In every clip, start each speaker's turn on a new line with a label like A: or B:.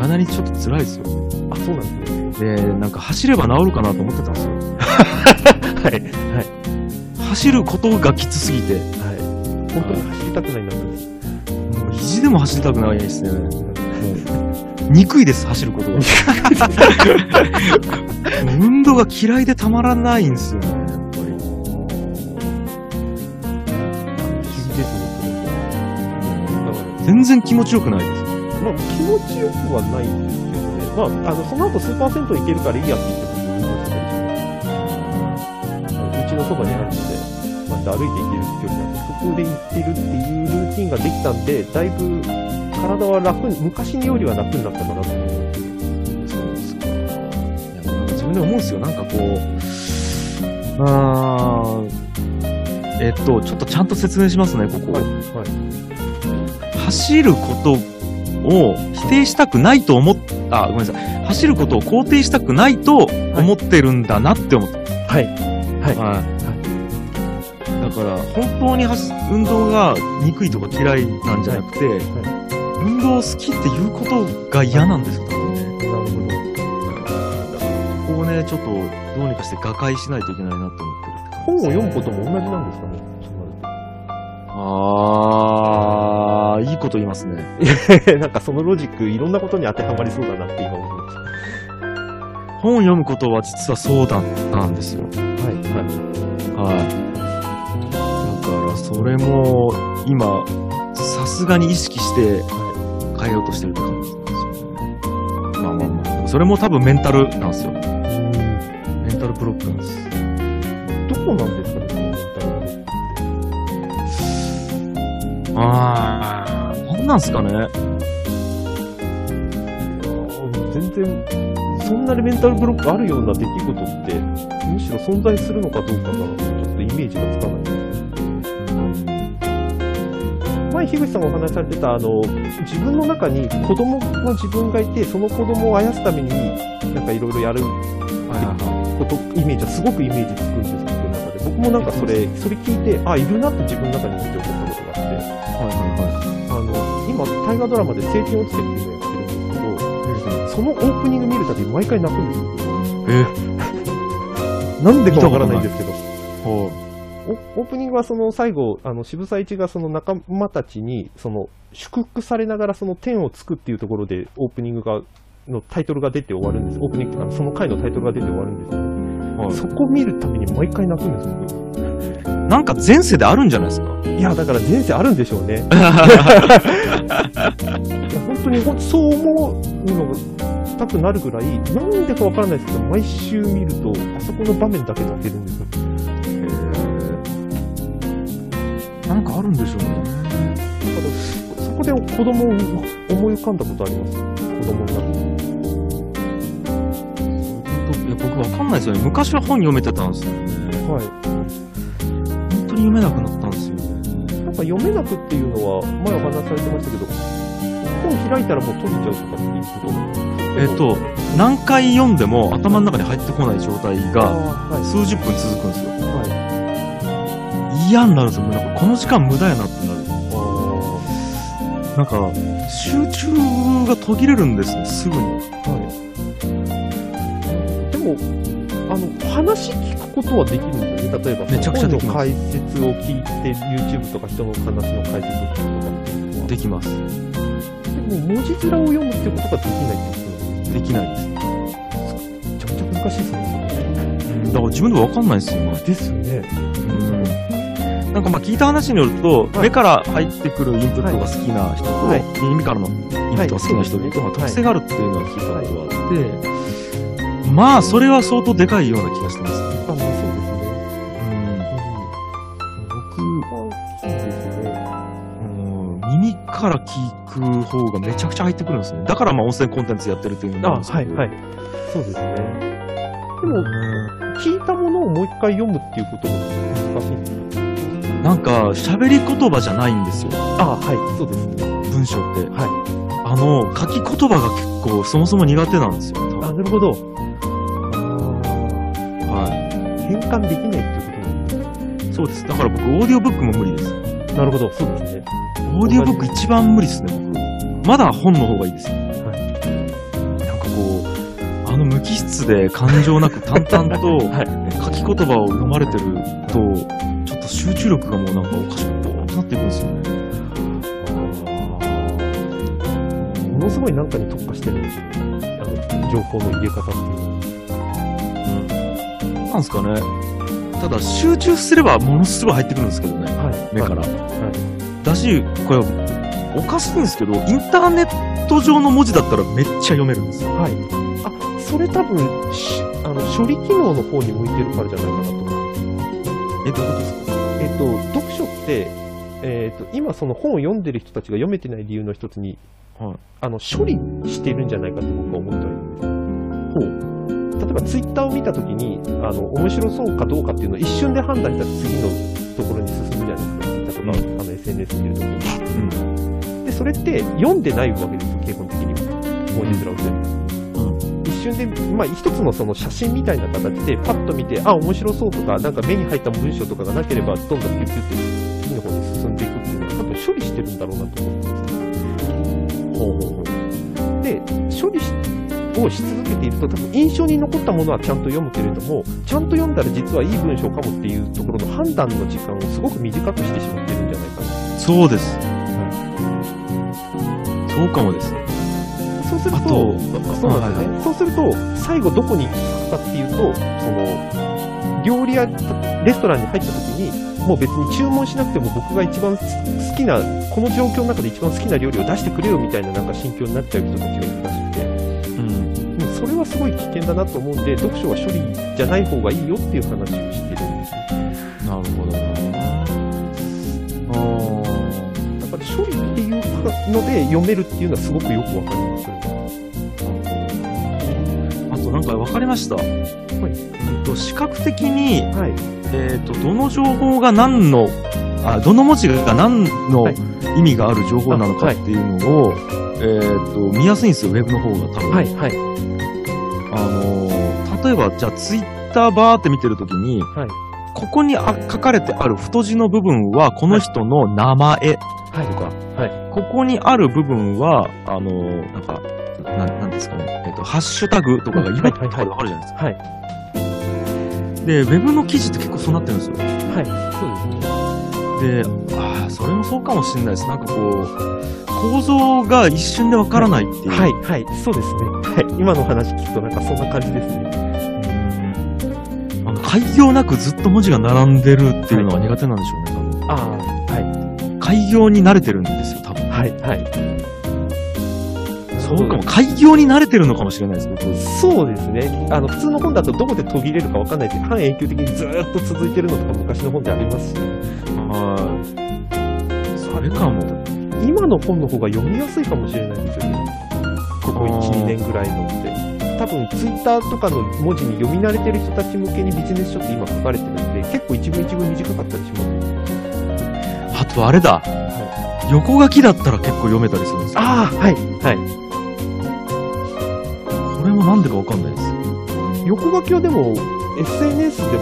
A: だなりちょっと辛いですよね。
B: あ、そうなんですね。
A: で、なんか走れば治るかなと思ってたんですよ。
B: はい。
A: 走ることがきつすぎて、
B: はい。本当に走りたくないな、なんです。
A: もう意地でも走りたくないですね。憎いです、走ることが。運動が嫌いでたまらないんですよね、やっぱり。
B: 急ですね、だから
A: 全然気持ちよくないです。
B: まあ、気持ちよくはないんですけどね、まあ、あのその後スーパー銭湯行けるからいいやって言って僕運動してたりしてますうちのそばにあるので、まあ、歩いて行ける距離なんでそこで行ってるっていうルーティンができたんでだいぶ体は楽に昔よりは楽になったかなと思う
A: そうですか。いや、なんか自分で思うんですよ。なんかこう、あーえっと、ちょっとちゃんと説明しますね、ここ。
B: はい
A: 走ることを否定したくないと思っ、あ、ごめんなさい。走ることを肯定したくないと思ってるんだなって思った。
B: はいはい
A: はい。だから、本当に走運動が憎いとか嫌いなんじゃなくて、運動を好きっていうことが嫌なんですよ、多分ね。
B: なるほど
A: ここをね、ちょっとどうにかして瓦解しないといけないなと思ってる
B: 本を読むことも同じなんですかね
A: あー、いいこと言いますね。
B: そうなるとなんかそのロジックいろんなことに当てはまりそうだなって今思いまし
A: 本を読むことは実はそうだったんですよ。はい。
B: たはいは
A: はい。だから、それも今、さすがに意識して変えようとしてるって感じなんですよね。まあまあまあ。それも多分メンタルなんですよ。メンタルブロックなんです。
B: いどこなんですかねそのメンタルヘルス
A: あー、なんなんすかね。
B: 全然そんなにメンタルブロックあるような出来事ってむしろ存在するのかどうかがちょっとイメージがつかない前樋口さんがお話しされてたあの自分の中に子供の自分がいてその子供をあやすためになんかいろいろやることイメージはすごくイメージつくんです僕の中で僕もなんかそれそれ聞いてあいるなって自分の中に見て思ったことがあって。
A: はいは
B: あの今大河ドラマで「青天をつけ」っていうのをやってるんですけど、そのオープニング見るたび毎回泣くんですよ
A: いはい。
B: なんでかわからないんですけど
A: え、ほう。
B: おオープニングはその最後あの渋沢栄一がその仲間たちにその祝福されながらその天をつくっていうところでオープニングがのタイトルが出て終わるんですオープニングっていうかその回のタイトルが出て終わるんですけど
A: はい
B: そこ見るたびに毎回泣くんですよ
A: なんか前世であるんじゃないですか
B: いや、だから前世あるんでしょうね。いや 本当にほんそう思うのがしたくなるぐらい、なんでかわからないですけど、毎週見ると、あそこの場面だけ泣けるんですよ。
A: なんかあるんでしょうね。
B: そこで子供を思い浮かんだことあります。子供になる
A: いや僕わかんないですよね。昔は本読めてたんですよね。
B: と。はい。
A: 本当に読めなくなったんですよね。
B: なんか読めなくっていうのは、前お話しされてましたけど、本開いたらもう閉じちゃうとかっていうこと
A: えっ、と、何回読んでも頭の中に入ってこない状態
B: あ
A: が
B: ー
A: 数十分続くんですよ。
B: はい。はい。
A: 嫌になるんですよ。もうなんかこの時間無駄やなってなる。
B: あ
A: なんか、集中が途切れるんですね、すぐに。
B: ーはい。でも、あの話聞くことはできるんですよね、例えば、
A: めちゃくちゃできま
B: 本の解説を聞いて、YouTube とか人の話の解説を聞くとかっていうのは、
A: できます。
B: でも文字面を読むってことができないってことなんで
A: できないです。
B: めちゃくちゃ難しいですね、
A: だから自分でわかんないですよね。
B: それですね。
A: なんかまあ聞いた話によると、
B: はい
A: 目から入ってくるインプットが好きな人と、
B: はい
A: 耳からのインプットが好きな人
B: は
A: に
B: い
A: まあ特性があるっていうのは聞いたことがあって、まあそれは相当でかいような気がしてますね。
B: あ、そうですね。うん、いいですね。
A: うん耳から聞く方がめちゃくちゃ入ってくるんですね。だからまあ音声コンテンツやってるっていうの
B: あ、
A: もるんです
B: は
A: け
B: い、
A: ど
B: はい。そうですね。で
A: う
B: も、
A: ん
B: 聞いたものをもう一回読むっていうことも難しいんですよね。
A: なんか喋り言葉じゃないんですよ、
B: あ、はい、そうですね。
A: 文章って。
B: はい。
A: あの、書き言葉が結構そもそも苦手なんですよ。多
B: あ、
A: 分
B: なるほど。
A: は
B: 変換できないっていうこ
A: い。そうです。だから僕、オーディオブックも無理です。
B: となるほど、そうですね。
A: オーディオブック一番無理ですね、僕。まだ本の方がいいです。はい。気質で感情なく淡々 と書き言葉を読まれてると、ちょっと集中力がもうなんかおかしくボーっとなっていくんですよね。
B: ものすごいなんかに特化してるんですよね。あの、情報の入れ方っていう。
A: なんですかね。ただ集中すればものすごい入ってくるんですけどね、
B: はい
A: 目から。だし、これおかしいんですけど、インターネット上の文字だったらめっちゃ読めるんですよ。
B: はい。あ、それ多分、しあの、処理機能の方に向いてるからじゃないかな
A: え、
B: と思う。
A: どういうことですか
B: えっと、読書って、えっと、今その本を読んでる人たちが読めてない理由の一つに、
A: はい
B: あの、処理してるんじゃないかって僕は思っております。例えば、ツイッターを見たときに、あの、面白そうかどうかっていうのを一瞬で判断したら次のところに進むじゃないですか。例えば、あの、SNS 見るときに。
A: うん。
B: でそれって読んでないわけですよ基本的には文字面を全部、一瞬で、まあ、一つのその写真みたいな形でパッと見てあ面白そうとかなんか目に入った文章とかがなければどんどんピュッピュッて次の方に進んでいくっていうのは多分処理してるんだろうなと思ってますほうほうほうで処理しをし続けていると多分印象に残ったものはちゃんと読むけれどもちゃんと読んだら実はいい文章かもっていうところの判断の時間をすごく短くしてしまってるんじゃないかな
A: そうです。そうかもです。
B: そうする
A: あ
B: と
A: と、
B: そうなんですよね。そうすると、最後どこに行くかっていうと、その、料理屋、レストランに入った時に、もう別に注文しなくても僕が一番好きな、この状況の中で一番好きな料理を出してくれよみたいななんか心境になっちゃう人たちがいるらしくて、
A: うん。
B: でもそれはすごい危険だなと思うんで、読書は処理じゃない方がいいよっていう話をしてるんですね。
A: なるほどな。ああ。
B: だから処理っていうので読めるっていうのはすごくよくわかりますよね。
A: あとなんか分かりました。えっと、視覚的に、
B: はい。
A: えっと、どの情報が何の、あ、どの文字が何の
B: はい
A: 意味がある情報なのか
B: あは
A: っ
B: い
A: ていうのを、えっと、見やすいんですよ、ウェブの方が多分。
B: はい、はい。
A: あのー例えば、じゃあ、ツイッターバーって見てるときに、
B: はい
A: ここにあ書かれてある太字の部分は、この人の名前
B: はい。
A: とか、
B: はい。
A: ここにある部分は、あのーなんか、ななんですかね、えっ、と、ハッシュタグとかが今とかであるじゃないですか。
B: はい。
A: で、ウェブの記事って結構そうなってるんですよ。
B: はい。そうですね。
A: で、ああ、それもそうかもしれないです。なんかこう、構造が一瞬でわからないっていう。
B: はい、はい、そうですね。はい、今の話聞くとなんかそんな感じですね。
A: うんあの、開業なくずっと文字が並んでるっていうのは苦手なんでしょうね、多分。
B: ああ、は
A: 開業に慣れてるんですよ、多分。
B: い、はい、はい。
A: そうかも。開業に慣れてるのかもしれないですね、当時
B: そうですね。あの、普通の本だとどこで途切れるかわかんないって、半永久的にずーっと続いてるのとか昔の本でありますし、
A: はい。それかも。
B: 今の本の方が読みやすいかもしれないですよね。ここ
A: あー
B: 1、2年ぐらいのって。多分、ツイッターとかの文字に読み慣れてる人たち向けにビジネス書って今書かれてるんで、結構一文一文短かったりしますね。
A: あとあれだ。横書きだったら結構読めたりするんですよ。
B: ああ、はい、はい。
A: これもなんでかわかんないです。
B: 横書きはでも、SNS だったり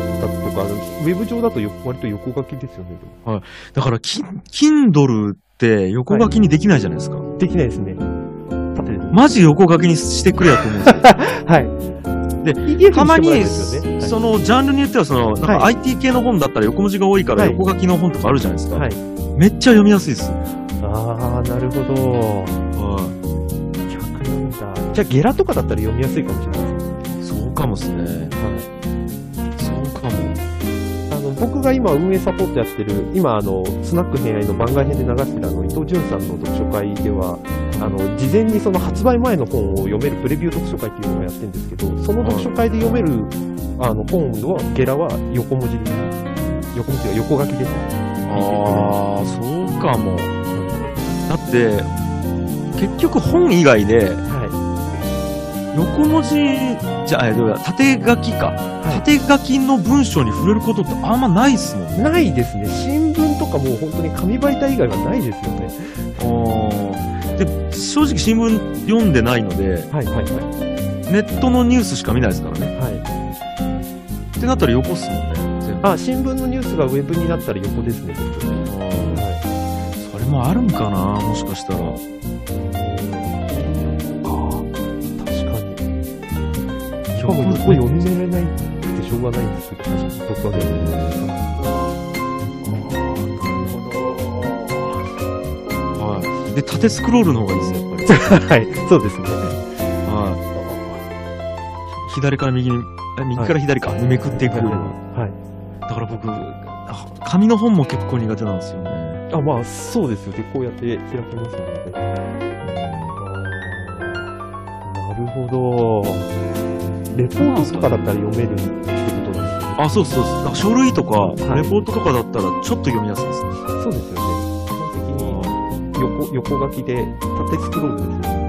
B: とか、あのウェブ上だとよ割と横書きですよね。
A: だから、キンドルって横書きにできないじゃないですか。
B: できないですね。縦ですね。
A: マジ横書きにしてくれやと思うんですよ。
B: はい。
A: で
B: PDF
A: たまに、
B: してもらえるんですよね
A: その、ジャンルによっては、その、なんか
B: は
A: IT 系の本だったら横文字が多いから
B: はい
A: 横書きの本とかあるじゃないですか。
B: はい。
A: めっちゃ読みやすいです。
B: ああ、なるほど。
A: は
B: 逆なんだ。じゃあ、ゲラとかだったら読みやすいかもしれないですね。
A: い。そうかもっすね。
B: はい
A: そうかも。
B: あの僕が今運営サポートやってる、今あの、スナック偏愛の番外編で流してるあの伊藤潤さんの読書会では、あの事前にその発売前の本を読めるプレビュー読書会っていうのをやってるんですけど、その読書会で読める、あの本は、ゲラは横文字で、横文字は横書きです。
A: ああ、そうかも。だって、結局本以外で、
B: はい。
A: 横文字、じゃあ、えどうだ縦書きか、
B: い
A: 縦書きの文章に触れることってあんまないっすもんね。
B: ないですね。新聞とかもう本当に紙媒体以外はないですよね。
A: で、正直新聞読んでないので、
B: はいはいはい。
A: ネットのニュースしか見ないですからね。
B: はい、
A: ってなったら横っすもんね。全部
B: あ、新聞のニュースがウェブになったら横ですね。は
A: それもあるんかなもしかしたら。あ
B: い。ああ、確かに。多分ここ読み慣れないってしょうがないんですよ。確かに僕はね
A: はい。で、縦スクロールの方がいいですね、やっぱり。
B: はい、そうですね。
A: はい。左から右に、え右から左か、にめくっていくよりは。
B: はい。
A: だから僕、あ紙の本も結構苦手なんですよね。
B: あ、まあ、そうですよ。で、こうやって開きますので。なるほど。レポートとかだったら読めるってことなんで
A: あ、そうそうそう。なんか書類とか、
B: はい
A: レポートとかだったら、ちょっと読みやすいですね。
B: すね。そうですよね。基本的に横、横書きで縦スクロールですよね。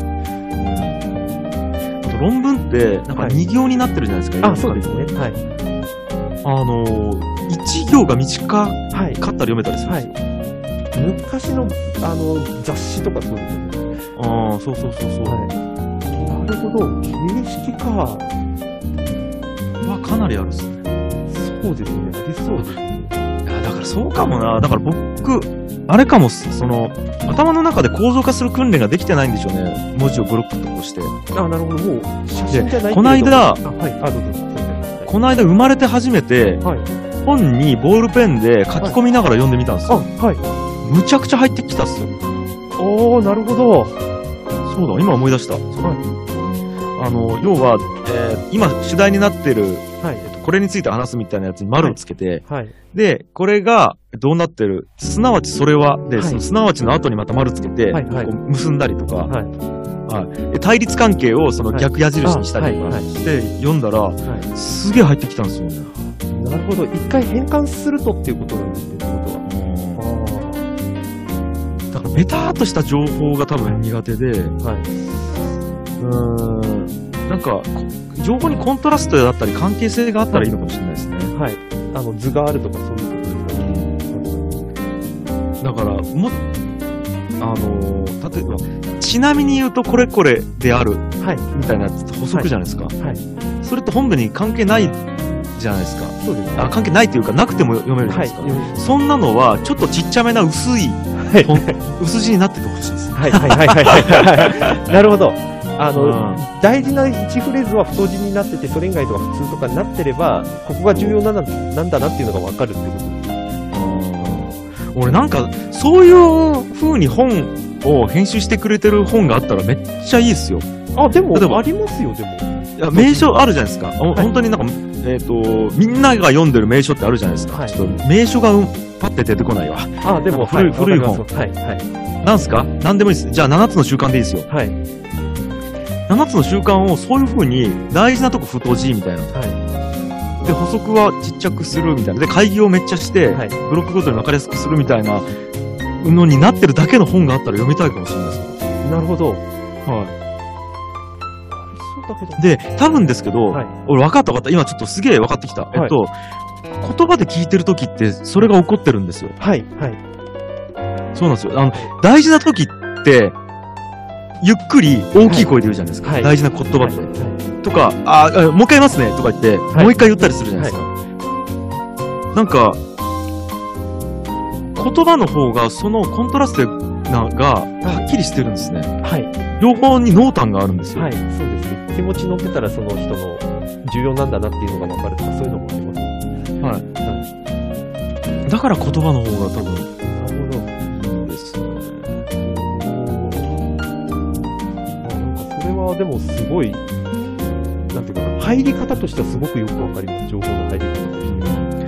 A: あと論文って、なんか
B: はい
A: 2行になってるじゃないですか。
B: あ、そうですね。はい。
A: あのー、1行が短かっ
B: はい。
A: たら読めたりするん
B: は
A: で
B: い
A: すよ。。
B: 昔の、あの、雑誌とかそうですよね。
A: ああ、そうそうそうそう。
B: はい。なるほど。形式か。
A: はかなりあるっすね。
B: そうですね。ありそうですね。
A: いやだからそうかもな。だから僕、あれかもっす、その、頭の中で構造化する訓練ができてないんでしょうね。文字をブロックとこうして。
B: あ、なるほど。もう、写真じゃないけれど
A: この間
B: あ、はい。あ、どうぞ。すいません
A: この間生まれて初めて、
B: はい。
A: 本にボールペンで書き込みながら読んでみたんです
B: あ、
A: よ。
B: はい。
A: むちゃくちゃ入ってきたっすよ。
B: おー、なるほど。
A: そうだ、今思い出した。あの、要は、えー今主題になってる、
B: はい。
A: これについて話すみたいなやつに丸をつけて、
B: はい。
A: で、これがどうなってる、すなわちそれは、で、
B: はい
A: そのすなわちの後にまた丸つけて、
B: はいはい
A: こう結んだりとか、
B: はい。
A: で対立関係をその逆矢印にしたりと
B: はい
A: か
B: はい
A: して読んだら、
B: は
A: すげえ入ってきたんですよね。
B: い。なるほど。一回変換するとっていうことなんですね、ってこ
A: うん
B: とは。
A: だからベターっとした情報が多分苦手で、う
B: ああ。はい。
A: ーん、なんかこ情報にコントラストだったり関係性があったらいいのかもしれないですね。
B: はい。あの、図があるとかそういうことですかね。
A: だから、もっあのー例えば、ちなみに言うとこれこれである
B: はい。
A: みたいなやつって補足じゃないですか。
B: はい。
A: それって本文に関係ないじゃないですか。
B: そうですね。
A: あ関係ないというか、なくても読めるじゃな
B: はいい
A: ですか。。そんなのは、ちょっとちっちゃめな薄い、
B: い
A: ほん薄字になっててほしいです。
B: はいはいはいはいはい。なるほど。あの、
A: うん
B: 大事な1フレーズは太字になってて、それ以外とか普通とかになってれば、ここが重要なななんだなっていうのがわかるってことですね。
A: 俺なんか、そういう風に本を編集してくれてる本があったらめっちゃいいですよ。
B: あ、で
A: 例えば
B: も、ありますよ、でも。
A: いや名所あるじゃないですか。ほん
B: はい
A: 本当になんか、えっ、と、みんなが読んでる名所ってあるじゃないですか。
B: はい
A: ちょっと名所がうんパッて出てこないわ。
B: あ、でも、
A: 古い
B: は
A: 古い本
B: わかりますはい
A: なんすかなんでもいいです。じゃあ7つの習慣でいいですよ。
B: はい。はい。
A: 7つの習慣をそういう風に大事なとこ太字みたいな。
B: は
A: で、補足はちっちゃくするみたいな。で、会議をめっちゃして、
B: はい
A: ブロックごとに分かりやすくするみたいなのになってるだけの本があったら読みたいかもしれないですよ。
B: い。なるほど。
A: は
B: そうだけど。
A: い。で、多分ですけど、
B: はい。
A: 俺分かった分かった。今ちょっとすげえ分かってきた。
B: い
A: えっと、言葉で聞いてる時ってそれが起こってるんですよ。
B: はい。はい。
A: そうなんですよ。あの、大事な時って、ゆっくり大きい声で言うじゃないですか。
B: はい
A: 大事な言葉って。
B: はい
A: とか、あー、あもう一回言いますねとか言って、
B: い
A: もう一回言ったりするじゃないですか。なんか、言葉の方がそのコントラストながはっきりしてるんですね。
B: はい。
A: 両方に濃淡があるんですよ。
B: はい。そうですね。気持ち乗ってたら、その人の重要なんだなっていうのがわかるとか、そういうのもあります。
A: だから言葉の方が多分
B: なるほど。
A: いいんですよね。
B: おーあなんかそれはでもすごい、なんていうかな、入り方としてはすごくよくわかります、情報の入り方とし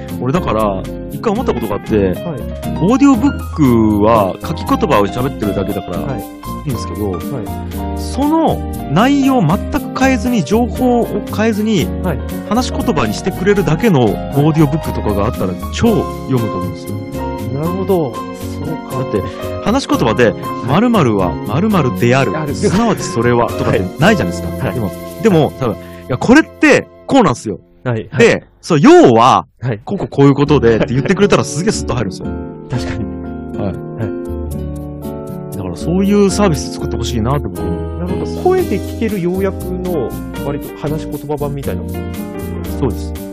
B: て
A: 俺だから、一回思ったことがあって、
B: は。はい、
A: オーディオブックは書き言葉を喋ってるだけだから
B: はい、
A: いいんですけど、
B: はい、
A: その内容を全く変えずに、情報を変えずに、
B: はい。
A: 話し言葉にしてくれるだけのオーディオブックとかがあったら超読むと思うんですよ。
B: なるほど。そう
A: だ
B: か。
A: って、話し言葉で、〇〇は〇〇であ
B: あ
A: る。
B: る
A: すなわちそれは、とかってないじゃないですか。
B: はい
A: でも、でも、多分、いや、これって、こうなんですよ。
B: はい、はい、
A: で、そう、要は、
B: はい。
A: こうこうこういうことで、って言ってくれたらすげえスッと入るんですよ。
B: 確かに。
A: だから、そういうサービス作ってほしいなって僕思う。
B: なるほど。声で聞ける要約の、割と話し言葉版みたいなものなる
A: そうです。
B: ほど。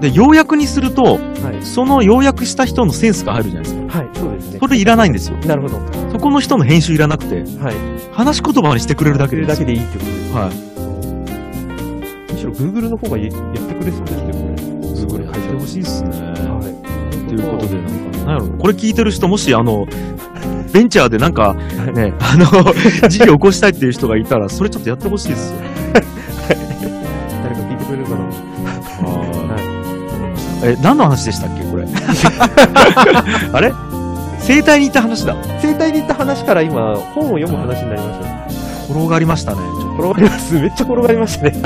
A: で、要約にすると、
B: はい、
A: その要約した人のセンスが入るじゃないですか。
B: はい、そうですね
A: そ。れいらないんですよ。
B: なるほど。
A: そこの人の編集いらなくて、
B: はい。
A: 話し言葉にしてくれるだ
B: そ
A: けでいいんで
B: れだ
A: す
B: け
A: よ。
B: でいいってことです。
A: はい。
B: なしろ Google の方がやってくれそうですよ、これ。
A: すごい入ってほしいっすね。
B: い
A: ということで、なんか、なんやろなこれ聞いてる人、もし、あの、ベンチャーでなんか、ね、あの、 事業起こしたいっていう人がいたら、それちょっとやってほしいですよ。
B: 誰か聞いてくれるかな
A: え、何の話でしたっけ、こ れ。あれ生体に行った話だ。
B: 生体に行った話から今、本を読む話になりましたね。
A: 転がりましたね、ちょっ
B: 転がります。めっちゃ転がりましたね。